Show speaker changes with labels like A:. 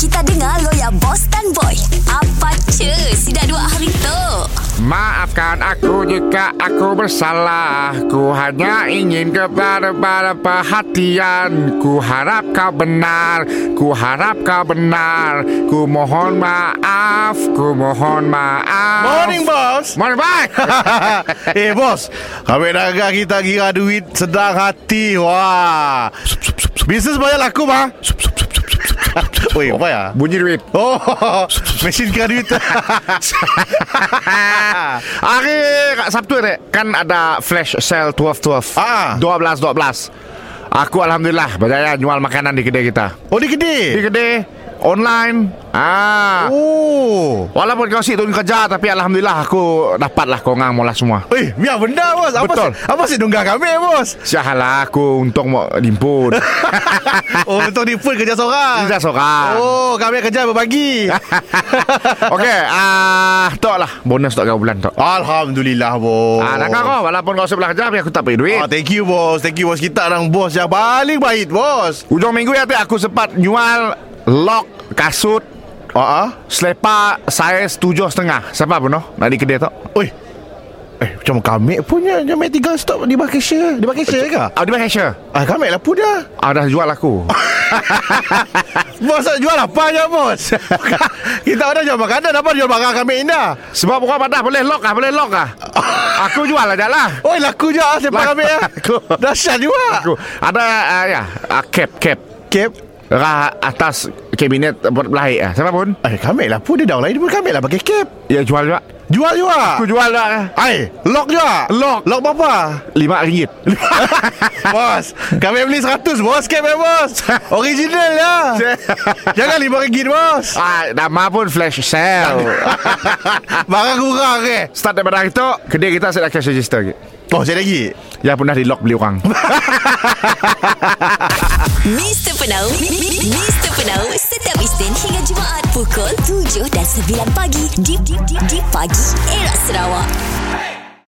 A: Kita dengar lo ya, boss dan boy. Apa cu? Sudah dua hari tu.
B: Maafkan aku jika aku bersalah Ku hanya ingin kepada-pada perhatian Ku harap kau benar Ku harap kau benar Ku mohon maaf Ku mohon maaf
C: Morning, boss.
B: Morning bye
C: eh, bos. Kami dagang kita kira duit sedang hati. Wah. Bisnes banyak laku, mah. Oi, apa ya?
B: Bunyi duit
C: Oh, mesin kira duit. Ah.
B: Hari Kak Sabtu ni Kan ada flash sale 12-12
C: Ah.
B: 12-12 Aku Alhamdulillah berjaya jual makanan di kedai kita
C: oh, ni gede.
B: Di kedai Online ah.
C: Oh.
B: Walaupun kau sik turun kerja Tapi Alhamdulillah aku dapatlah korang mula semua
C: Eh, biar benda, bos. Apa
B: Betul.
C: si- Apa sih dunggang kami, bos?
B: Siahalah aku untung mau limpun
C: Oh, betul ni pun kerja seorang.
B: Kita seorang
C: Oh, kami kerja berbagi.
B: Okey ah, Tok lah Bonus tok kau bulan tok
C: Alhamdulillah, bos.
B: Ah, nak kau Walaupun kau sebelah kerja Tapi aku tak beri duit
C: Ah, thank you bos Thank you bos Kita orang bos yang paling baik bos
B: Ujung minggu ya tu Aku sempat jual Lock Kasut
C: Ah, ah.
B: Selepa Saiz tujuh setengah Siapa pun noh Nak di kedai tok
C: Oi Eh macam kami punya Macam main tiga stop di Malaysia Di Malaysia ke?
B: Ah, di Malaysia
C: Ah kami lah pun dah
B: Ah, dah jual aku
C: Bos nak jual apa je bos Kita orang jual makanan Apa jual barang kami indah
B: Sebab orang padah boleh lock lah Boleh lock lah Aku jual aja lah
C: Oi laku je ah Lepas
B: Laku-
C: kami ya
B: laku.
C: Dahsyat juga
B: Aku ada uh, ya uh, cap cap
C: Kep
B: Rah atas kabinet buat belahik ah. Siapa pun
C: Eh kami lah pun dia dah lain pun kami lah pakai kep
B: Ya jual juga
C: Jual juga
B: Aku jual eh? juga
C: Ai, lock juga
B: Lock.
C: Lock berapa?
B: Lima ringgit
C: bos Kami beli 100 bos Kep eh bos Original lah Jangan lima ringgit bos
B: ah, Nama pun flash sale
C: Barang kurang eh. ke
B: Start daripada hari tu Kedai kita saya dah cash register lagi
C: Oh
B: Ya,
C: saya lagi
B: Yang pernah di lock beli orang
A: Mr. Penau, mi- mi- mi- Mr. Penau, setiap Isnin hingga Jumaat pukul 7 dan 9 pagi di, di, di, di pagi era Sarawak.